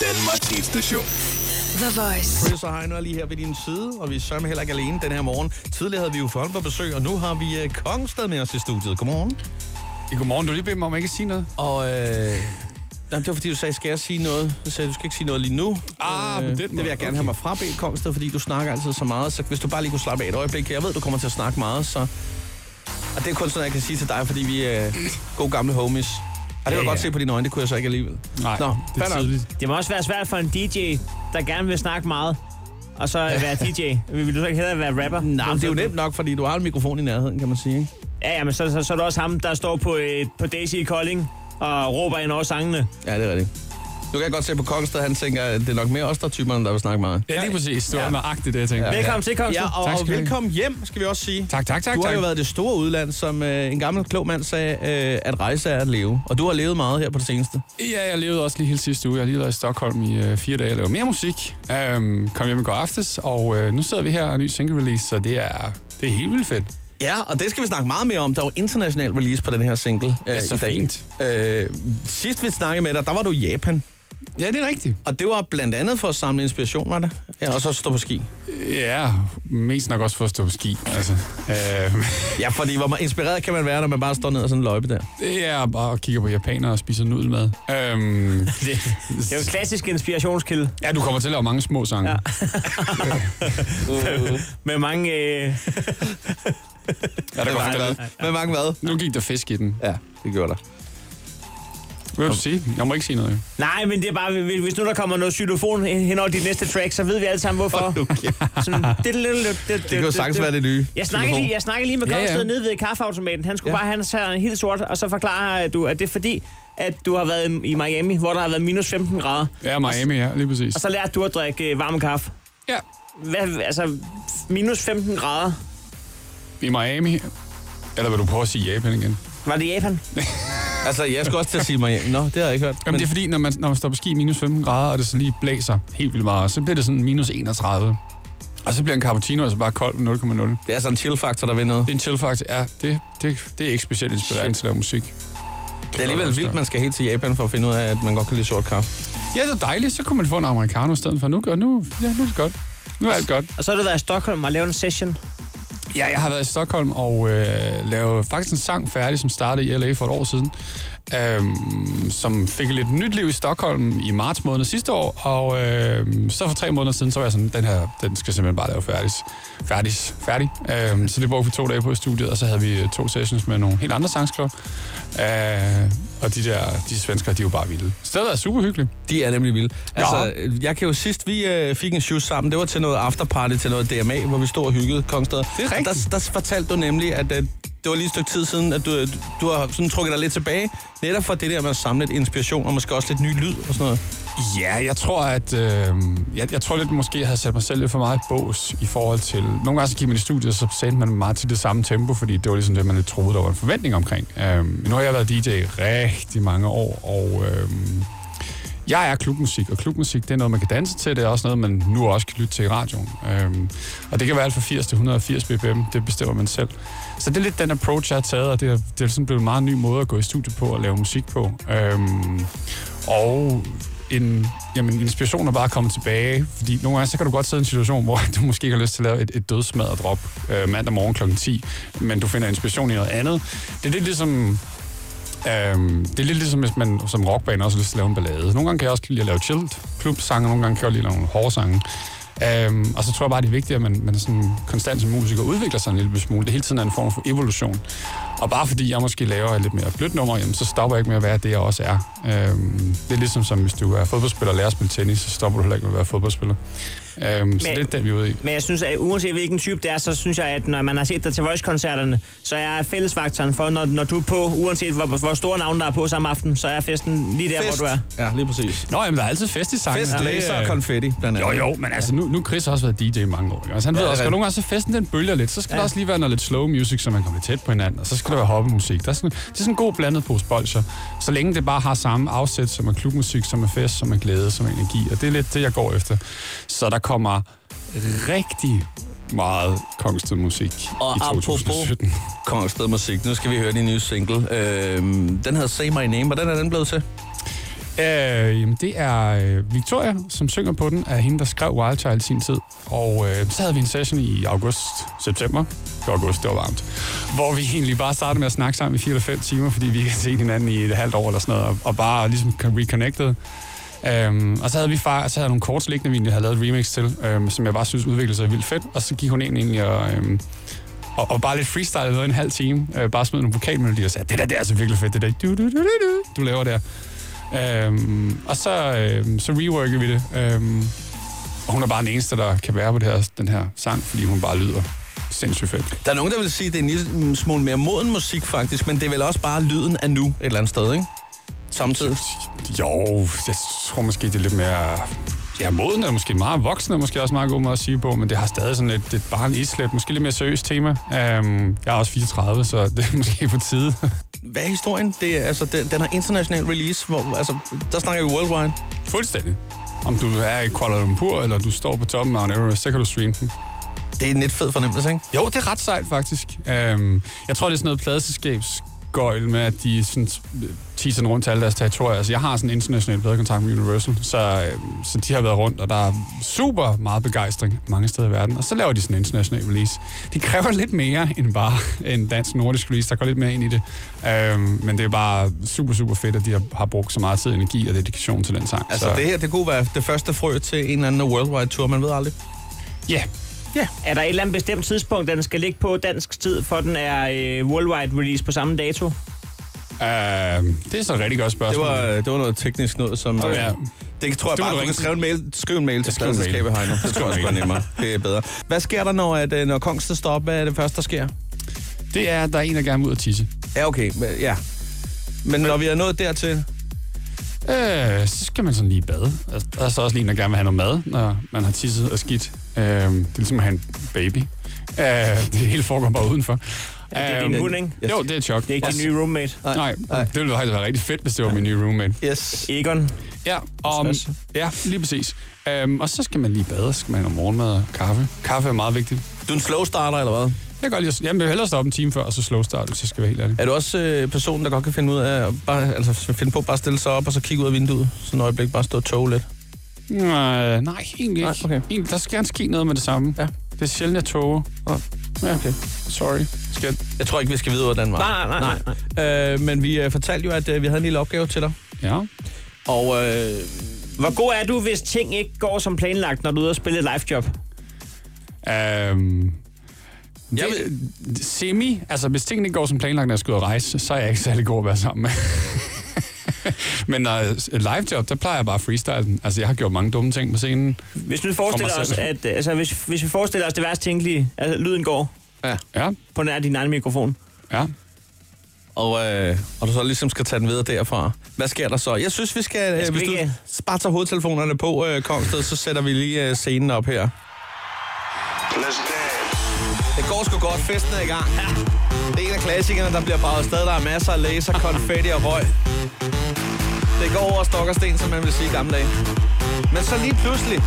Danmarks hitstation. The Voice. Chris og Heino er lige her ved din side, og vi er sørme heller ikke alene den her morgen. Tidligere havde vi jo folk på besøg, og nu har vi øh, Kongstad med os i studiet. Godmorgen. I godmorgen, du lige bedt mig om ikke at sige noget. Og øh, jamen, det var fordi, du sagde, skal jeg sige noget? Så sagde, jeg, du skal ikke sige noget lige nu. Øh, Ah, på den det vil måde. jeg gerne Okay. have mig frabedt, Kongstad, fordi du snakker altid så meget. Så hvis du bare lige kunne slappe af et øjeblik, jeg ved, du kommer til at snakke meget, så... Og det er kun sådan, jeg kan sige til dig, fordi vi er øh, gode gamle homies. Og det kan jeg Ja, godt ja. se på dine øjne, det kunne jeg så ikke alligevel. Nej, Nå, det er fair nok. tidligt. Det må også være svært for en DJ, der gerne vil snakke meget, og så være DJ. Vil du så ikke hellere være rapper? Nej, men det er jo nemt nok, fordi du har en mikrofon i nærheden, kan man sige. Ikke? Ja, ja, men så, så, så er det også ham, der står på, øh, på Daisy i Kolding og råber ind over sangene. Ja, det er rigtigt. Nu kan jeg godt se på Kongstad, han tænker, at det er nok mere os, der er typerne, der vil snakke meget. Ja, lige præcis. Det var Ja. ja. nøjagtigt, det jeg tænkte. Ja. Velkommen til, Kongsen. Ja, og, Tak og skal du have. velkommen hjem, skal vi også sige. Tak, tak, tak, Du har tak. jo været i det store udland, som øh, en gammel klog mand sagde, øh, at rejse er at leve. Og du har levet meget her på det seneste. Ja, jeg levede også lige hele sidste uge. Jeg har lige været i Stockholm i øh, fire dage og lavet mere musik. Øhm, kom hjem i går aftes, og øh, nu sidder vi her og en ny single release, så det er, det er helt vildt fedt. Ja, og det skal vi snakke meget mere om. Der er jo international release på den her single øh, Ja, så i dag. fint. Øh, sidst vi snakkede med dig, der var du i Japan. Ja, det er rigtigt. Og det var blandt andet for at samle inspiration, var det? Ja, og så stå på ski. Ja, mest nok også for at stå på ski. Altså, øh, Ja, fordi hvor meget inspireret kan man være, når man bare står ned og sådan en løjpe der. det er bare at kigge på japanere og spise nudelmad. Øhm, Det, det er jo en klassisk inspirationskilde ja, du kommer til at lave mange små sange. Ja. Ja. med mange... Øh, Er der godt lavet? Med mange hvad? Nu gik der fisk i den. Ja, det gjorde der. Hvad vil du sige? Jeg må ikke sige noget. jo. nej, men det er bare, hvis hvis nu der kommer noget xylofon hen hen over dit næste track, så ved vi alle sammen, hvorfor. Sådan, det, det, det, det, det, Det kan jo sagtens være det nye. Jeg snakkede, lige, jeg snakkede lige med Ja, ja. Kongsted ja, ja. nede ved kaffeautomaten. Han skulle ja. Ja. bare have sig helt sort, og så forklarer du, at det er fordi, at du har været i Miami, hvor der har været minus 15 grader. Ja, Miami, ja, lige præcis. Og så lærte du at drikke øh, varm kaffe. Ja, Hvad, altså, minus 15 grader. i Miami. Eller vil du prøve at sige Japan igen? Var det i Japan? Altså, jeg skulle også til at sige mig hjem. Nå, det har jeg ikke hørt. Jamen, det er fordi, når man, når man står på ski i minus 15 grader, og det så lige blæser helt vildt meget, så bliver det sådan minus 31. Og så bliver en cappuccino altså bare kold med 0,0. Det det er sådan en chill-faktor, der ved noget. er en chill faktor. Ja, det, det, det er ikke specielt inspirerende til at lave musik. Det Det er alligevel vildt, man skal helt til Japan for at finde ud af, at man godt kan lide sort kaffe. Ja, så dejligt. Så kunne man få en americano i stedet for. Nu, gør, nu, ja, nu er det godt. Nu er alt godt. Og så har du været i Stockholm og lavet en session. Ja, jeg har været i Stockholm og øh, lavet faktisk en sang færdig, som startede i LA for et år siden. Øhm, som fik lidt nyt liv i Stockholm i marts måned sidste år, og øhm, så for tre måneder siden, så var jeg sådan, den her, den skal simpelthen bare lave færdig. Færdig. Færdig. Øhm, så det brugte vi to dage på i studiet, og så havde vi øh, to sessions med nogle helt andre sangskriver. Øh, og de der, de svenskere, de er jo bare vilde. Stedet er super hyggeligt. De er nemlig vilde. Altså, jeg kan jo sidst, vi øh, fik en shoot sammen, det var til noget afterparty, til noget DMA, hvor vi stod og hyggede Kongstad. Det er Og rigtigt. Der, der fortalte du nemlig, at øh, det var lige et stykke tid siden, at du, øh, du har sådan trukket dig lidt tilbage, netop for det der med at samle lidt inspiration, og måske også lidt ny lyd og sådan noget. Ja, jeg tror, at øh, jeg, jeg tror lidt, måske jeg havde sat mig selv lidt for meget i bås i forhold til... Nogle gange så gik man i studiet, og så sendte man meget til det samme tempo, fordi det var ligesom det, man lidt troede, der var en forventning omkring. Øh, nu har jeg været DJ i rigtig mange år, og øh, jeg er klubmusik, og klubmusik, det er noget, man kan danse til, det er også noget, man nu også kan lytte til i radioen. Øh, og det kan være alt fra 80 til 180 bpm, det bestemmer man selv. Så det er lidt den approach, jeg har taget, og det er, det er sådan blevet en meget ny måde at gå i studiet på og lave musik på. Øhm, og en, jamen, inspiration er bare at komme tilbage, fordi nogle gange så kan du godt sidde i en situation, hvor du måske ikke har lyst til at lave et, et dødsmadret drop øh, mandag morgen kl. 10, men du finder inspiration i noget andet. Det er lidt ligesom Øhm, det er lidt ligesom, hvis man som rockband også har lyst til at lave en ballade. Nogle gange kan jeg også lide at lave chilled klubsange, nogle gange kan jeg også lide at lave nogle hårde sange. Øhm, og så tror jeg bare, det er vigtigt, at man, man sådan konstant som musiker udvikler sig en lille smule. Det hele tiden er en form for evolution. Og bare fordi jeg måske laver et lidt mere blødt nummer, jamen, så stopper jeg ikke med at være det, jeg også er. Øhm, det er ligesom som, hvis du er fodboldspiller og lærer at spille tennis, så stopper du heller ikke med at være fodboldspiller. Øhm, så Men- det er den, vi er ude i. Men jeg synes, at uanset hvilken type det er, så synes jeg, at når man har set dig til Voice-koncerterne, så er fællesfaktoren for, når, når du er på, uanset hvor, hvor store navne der er på samme aften, så er festen lige der, Fest. hvor du er. Ja, lige præcis. Nå, jamen, der er altid fest i sangen. Fest, Og det, laser øh, og konfetti, blandt Jo, andet. jo, men altså, nu, nu har Chris har også været DJ i mange år. ikke? Altså, han ved Ja, også, ja. at nogle gange så festen den bølger lidt. Så skal ja. der også lige være noget lidt slow music, så man kommer lidt tæt på hinanden. Og så skal der være hoppemusik. Der er sådan, det er sådan en god blandet pose bolcher. Så længe det bare har samme afsæt, som er klubmusik, som er fest, som er glæde, som er energi. Og det er lidt det, jeg går efter. Så der kommer rigtig meget kongsted musik Og i apropos- 2017. Kongsted Musik. Nu skal vi høre din nye single. Øhm, den hedder Say My Name. Hvordan er den blevet til? Øh, jamen, det er øh, Victoria, som synger på den, af hende, der skrev Wild Child i sin tid. Og øh, så havde vi en session i august, september. Det var august, det var varmt. Hvor vi egentlig bare startede med at snakke sammen i 4 eller 5 timer, fordi vi ikke havde set hinanden i et halvt år eller sådan noget, og, og bare ligesom reconnected. Øhm, og så havde vi far, så havde jeg nogle korts liggende, vi egentlig havde lavet et remix til, øhm, som jeg bare synes udviklede sig vildt fedt. Og så gik hun ind egentlig og, øhm, og, og bare lidt freestyle noget i en halv time. Øh, bare smed nogle vokalmelodier og sagde, det der, det er altså virkelig fedt, det der du, du, du, du, du, du laver der. Øhm, og så, øhm, så reworker vi det. Øhm, og hun er bare den eneste, der kan være på det her, den her sang, fordi hun bare lyder sindssygt fedt. Der er nogen, der vil sige, at det er en lille smule mere moden musik, faktisk, men det er vel også bare lyden af nu et eller andet sted, ikke? Samtidig. Jo, jeg tror måske, det er lidt mere... Ja, moden er måske meget voksen, er måske også meget god måde at sige på, men det har stadig sådan et, et barn islet, måske lidt mere seriøst tema. Øhm, jeg er også 34, så det er måske på tide. Hvad er historien? Det er, altså, den, den har international release, hvor, altså, der snakker vi worldwide. Fuldstændig. Om du er i Kuala Lumpur, eller du står på toppen af Mount Everest, så kan du streame den. Det er en lidt fed fornemmelse, ikke? Jo, det er ret sejt faktisk. Øhm, jeg tror, det er sådan noget pladeselskabsgøjl med, at de sådan, øh, teaser rundt til alle deres territorier. Altså, jeg har sådan en international pladekontakt med Universal, så, øh, så de har været rundt, og der er super meget begejstring mange steder i verden. Og så laver de sådan en international release. De kræver lidt mere end bare en dansk-nordisk release. Der går lidt mere ind i det. Øhm, men det er bare super, super fedt, at de har, har brugt så meget tid, energi og dedikation til den sang. Altså, så, det her, det kunne være det første frø til en eller anden worldwide tour, man ved aldrig. Ja, yeah. Er der et eller andet bestemt tidspunkt, den skal ligge på dansk tid, for den er øh, worldwide release på samme dato? Øhm, det er så et rigtig godt Det spørgsmål. var, det var noget teknisk noget, som... Åh, ja. øh, Det tror jeg Det var bare, du rigtigt. kan skrive en mail, skrive en mail til skriver en mail. pladselskabet Heino. Det tror jeg sgu er mail. nemmere. Det er bedre. Hvad sker der, når, at, øh, når Kongsten stopper? Hvad er det første, der sker? Det er, at der er en, der gerne vil ud og tisse. Ja, okay. men- Ja. Men når vi er nået dertil... Øh, så skal man sådan lige i bade. Altså, Der er så også lige en, der gerne vil have noget mad, når man har tisset og skidt. Øh, det er ligesom at have en baby. Øh, det hele foregår bare udenfor. Ja, det er din hund, ikke? Jo, det er chok. Det er ikke Også- din nye roommate. Nej, Nej. det ville faktisk være rigtig fedt, hvis det var min nye roommate. Yes. Egon. Ja, og, Stress. ja lige præcis. Øhm, og så skal man lige bade, så skal man have noget morgenmad og kaffe. Kaffe er meget vigtigt. Du er en slow starter, eller hvad? Jeg kan godt lide at, jamen, jeg vil hellere stoppe en time før, og så slow start, hvis jeg skal være helt ærlig. Er du også øh, personen, der godt kan finde ud af at bare, altså, finde på bare at stille sig op og så kigge ud af vinduet? Så et øjeblik bare stå og tog lidt. Nej, Øh, nej, egentlig Nej, ikke. okay. Egentlig, der skal gerne ske noget med det samme. Ja. Det er sjældent, jeg toger. Nå, Ja, okay. Sorry. Skal jeg... Jeg tror ikke, vi skal vide, hvordan det var. Nej, nej, nej. nej. Øh, men vi øh, fortalte jo, at øh, vi havde en lille opgave til dig. Ja. Og øh, Hvor god er du, hvis ting ikke går som planlagt, når du er ude og spille et livejob? Øhm... Jeg Jeg vil... Semi, altså hvis tingene ikke går som planlagt, når jeg skal ud og rejse, så er jeg ikke særlig god at være sammen med. Men når jeg- et live job, der plejer jeg bare at freestyle den. Altså jeg har gjort mange dumme ting på scenen. Hvis vi forestiller For mig os, selv. at, altså, hvis, hvis vi forestiller os det værst tænkelige, altså lyden går Ja, på nær din egen mikrofon. ja. Og, øh, og du så ligesom skal tage den videre derfra. Hvad sker der så? Jeg synes, vi skal... Øh, skal hvis vi du ikke- bare tager hovedtelefonerne på, øh, Kongsted, så sætter vi lige øh, scenen op her. Let's dance. Det går sgu godt. Festen er i gang. Det er en af klassikerne, der bliver braget afsted. Der er masser af laser, konfetti og røg. Det går over stok og sten, som man vil sige i gamle dage. Men så lige pludselig...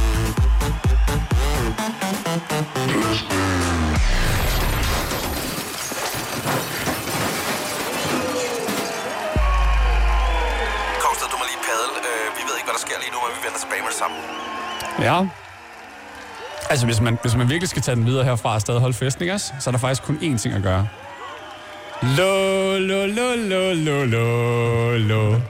Kongsted, du må lige padle. Øh, vi ved ikke, hvad der sker lige nu, men vi vender tilbage med det samme. Ja. Altså, hvis man, hvis man virkelig skal tage den videre herfra og stadig holde festen, ikke også? Så er der faktisk kun én ting at gøre. Lo, lo, lo, lo, lo, lo, lo.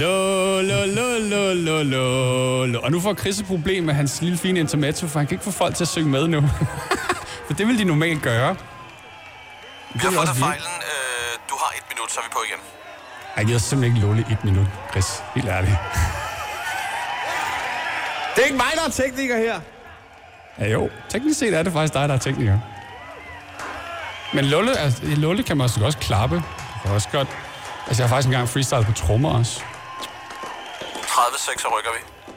Lo, lo, lo, lo, lo, lo, lo. Og nu får Chris et problem med hans lille fine intermezzo, for han kan ikke få folk til at synge med nu. for det vil de normalt gøre. Vi Det har vil fået også dig vi. fejlen. Øh, du har et minut, så er vi på igen. Ej, jeg gider simpelthen ikke lulle i et minut, Chris. Helt ærligt. Det er ikke mig, der er tekniker her. Ja, jo. Teknisk set er det faktisk dig, der er tekniker. Men Lulle, altså, i Lulle kan man også godt klappe. Man kan også godt... Altså, jeg har faktisk engang freestyle på trommer også. 30 sek, så rykker vi.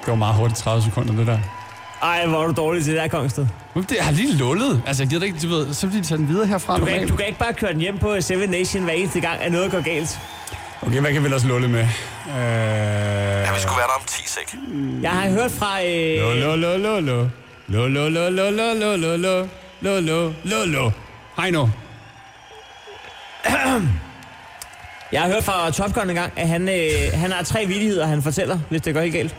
Det var meget hurtigt, 30 sekunder, det der. Ej, hvor er du dårlig til det her, Kongsted. Men det, jeg har lige lullet. Altså, jeg gider ikke, du ved, så bliver de tage den videre herfra. Du kan, ikke, normalt. du kan ikke bare køre den hjem på Seven Nation hver eneste gang, at noget går galt. Okay, hvad kan vi ellers lulle med? Øh... Ja, vi skulle være der om 10 sek. Jeg har hørt fra... Lo, Øh, lo, lo, lo, lo. Lo, lo, lo, lo, lo, lo, lo, lo, lo, lo, lo, lo. Hej nu. Jeg har hørt fra Top Gun en gang, at han, øh, han har tre vildigheder, han fortæller, hvis det går helt galt.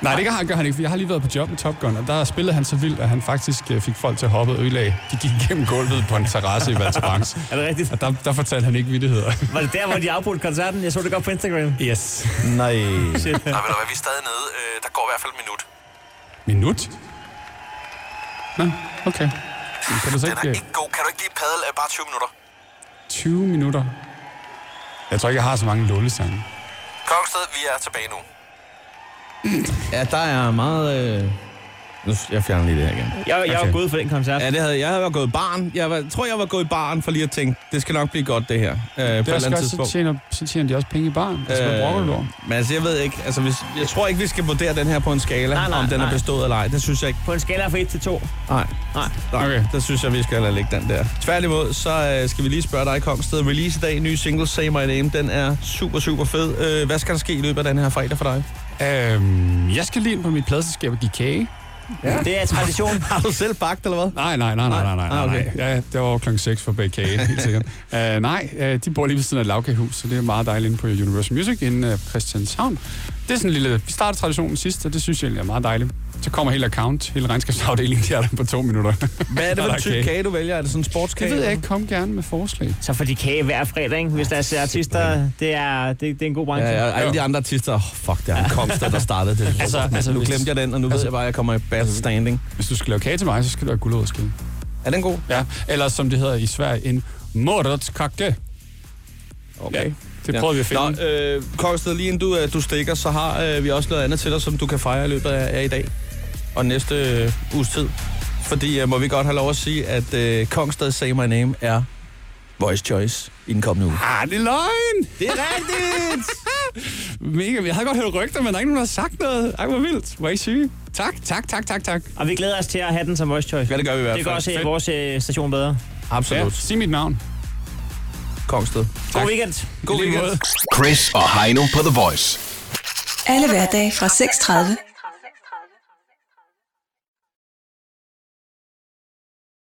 Nej, det gør han, gør han ikke, for jeg har lige været på job med Top Gun, og der spillede han så vildt, at han faktisk øh, fik folk til at hoppe og ødelægge. De gik gennem gulvet på en terrasse i Valterbanks. Er det rigtigt? Og der, der fortalte han ikke vittigheder. Var det der, hvor de afbrudte koncerten? Jeg så det godt på Instagram. Yes. Nej. Nej, ved du hvad, vi er stadig nede. Øh, der går i hvert fald en minut. Minut? Nå, okay. Kan du så Den er ikke... øh, ikke god. Kan du ikke lige padle øh, bare 20 minutter? 20 minutter? Jeg tror ikke, jeg har så mange lullesange. Kongsted, vi er tilbage nu. Ja, der er meget... Øh... Nu, jeg fjerner lige det her igen. Jeg, jeg var Okay. gået for den koncert. Ja, det havde, jeg havde gået i barn. Jeg var, tror, jeg var gået i barn for lige at tænke, det skal nok blive godt, det her. Øh, på Det et er også eller andet godt, så tidspunkt. tjener, så tjener de også penge i barn. Altså, hvad brokker du over? men altså, jeg ved ikke, altså, hvis, jeg tror ikke, vi skal vurdere den her på en skala, Nej, nej, om den nej. er bestået eller ej. Det synes jeg ikke. På en skala fra 1 til 2. Nej, Nej. nej. Okay. Okay. Der synes jeg, vi skal lade ligge den der. Tværtimod, så øh, skal vi lige spørge dig, Kongsted. Release i dag, ny single, Say My Name. Den er super, super fed. Øh, hvad skal der ske i løbet af den her fredag for dig? Øhm, jeg skal lige ind på mit pladselskab og give kage. Det er tradition. Har du selv bagt, eller hvad? Nej, nej, nej, nej, nej, nej, Ah, nej. okay. Okay. Ja, det var over klokken 6 for at bage kage, helt sikkert. uh, nej, uh, de bor lige ved siden af et lavkagehus, så det er meget dejligt inde på Universal Music inde uh, Christianshavn. Det er sådan en lille... Vi startede traditionen sidst, og det synes jeg egentlig er meget dejligt. Så kommer hele account, hele regnskabsafdelingen, de er der på to minutter. Hvad er det Og for der en type kage, du vælger? Er det sådan en sportskage? Det ved jeg eller ikke. Kom gerne med forslag. Så får de kage hver fredag, ikke? hvis der er artister. Det er, det, det er en god branche. Ja, ja, og alle de andre artister, oh, fuck, det er en Kongsted, der startede det. Altså, altså, altså, altså, nu hvis- glemte jeg den, og nu ved jeg bare, at jeg kommer i bad standing. Hvis du skal lave kage til mig, så skal du have gulerodskage. Er den god? Ja, eller som det hedder i Sverige, en morotskake. Okay. Ja, det prøvede vi at finde. Nå, øh, Kongsted, lige inden du, øh, du stikker, så har øh, vi også noget andet til dig, som du kan fejre i løbet af, af i dag og næste øh, uges tid. Fordi øh, må vi godt have lov at sige, at øh, Kongsted Say My Name er Voice Choice i den kommende uge. Ah, det er løgn! Det er rigtigt! Mega, jeg havde godt hørt rygter, men der er ikke nogen, der har sagt noget. Ej, hvor vildt. Hvor er I syge. Tak, tak, tak, tak, tak. Og vi glæder os til at have den som voice choice. ja, det gør vi i hvert fald. Det gør også øh, Fedt. vores øh, station bedre. Ja, Absolut. sig mit navn. Ja. Kongsted. God weekend. God I lige weekend. måde. Chris og Heino på The Voice. Alle hverdage fra 6.30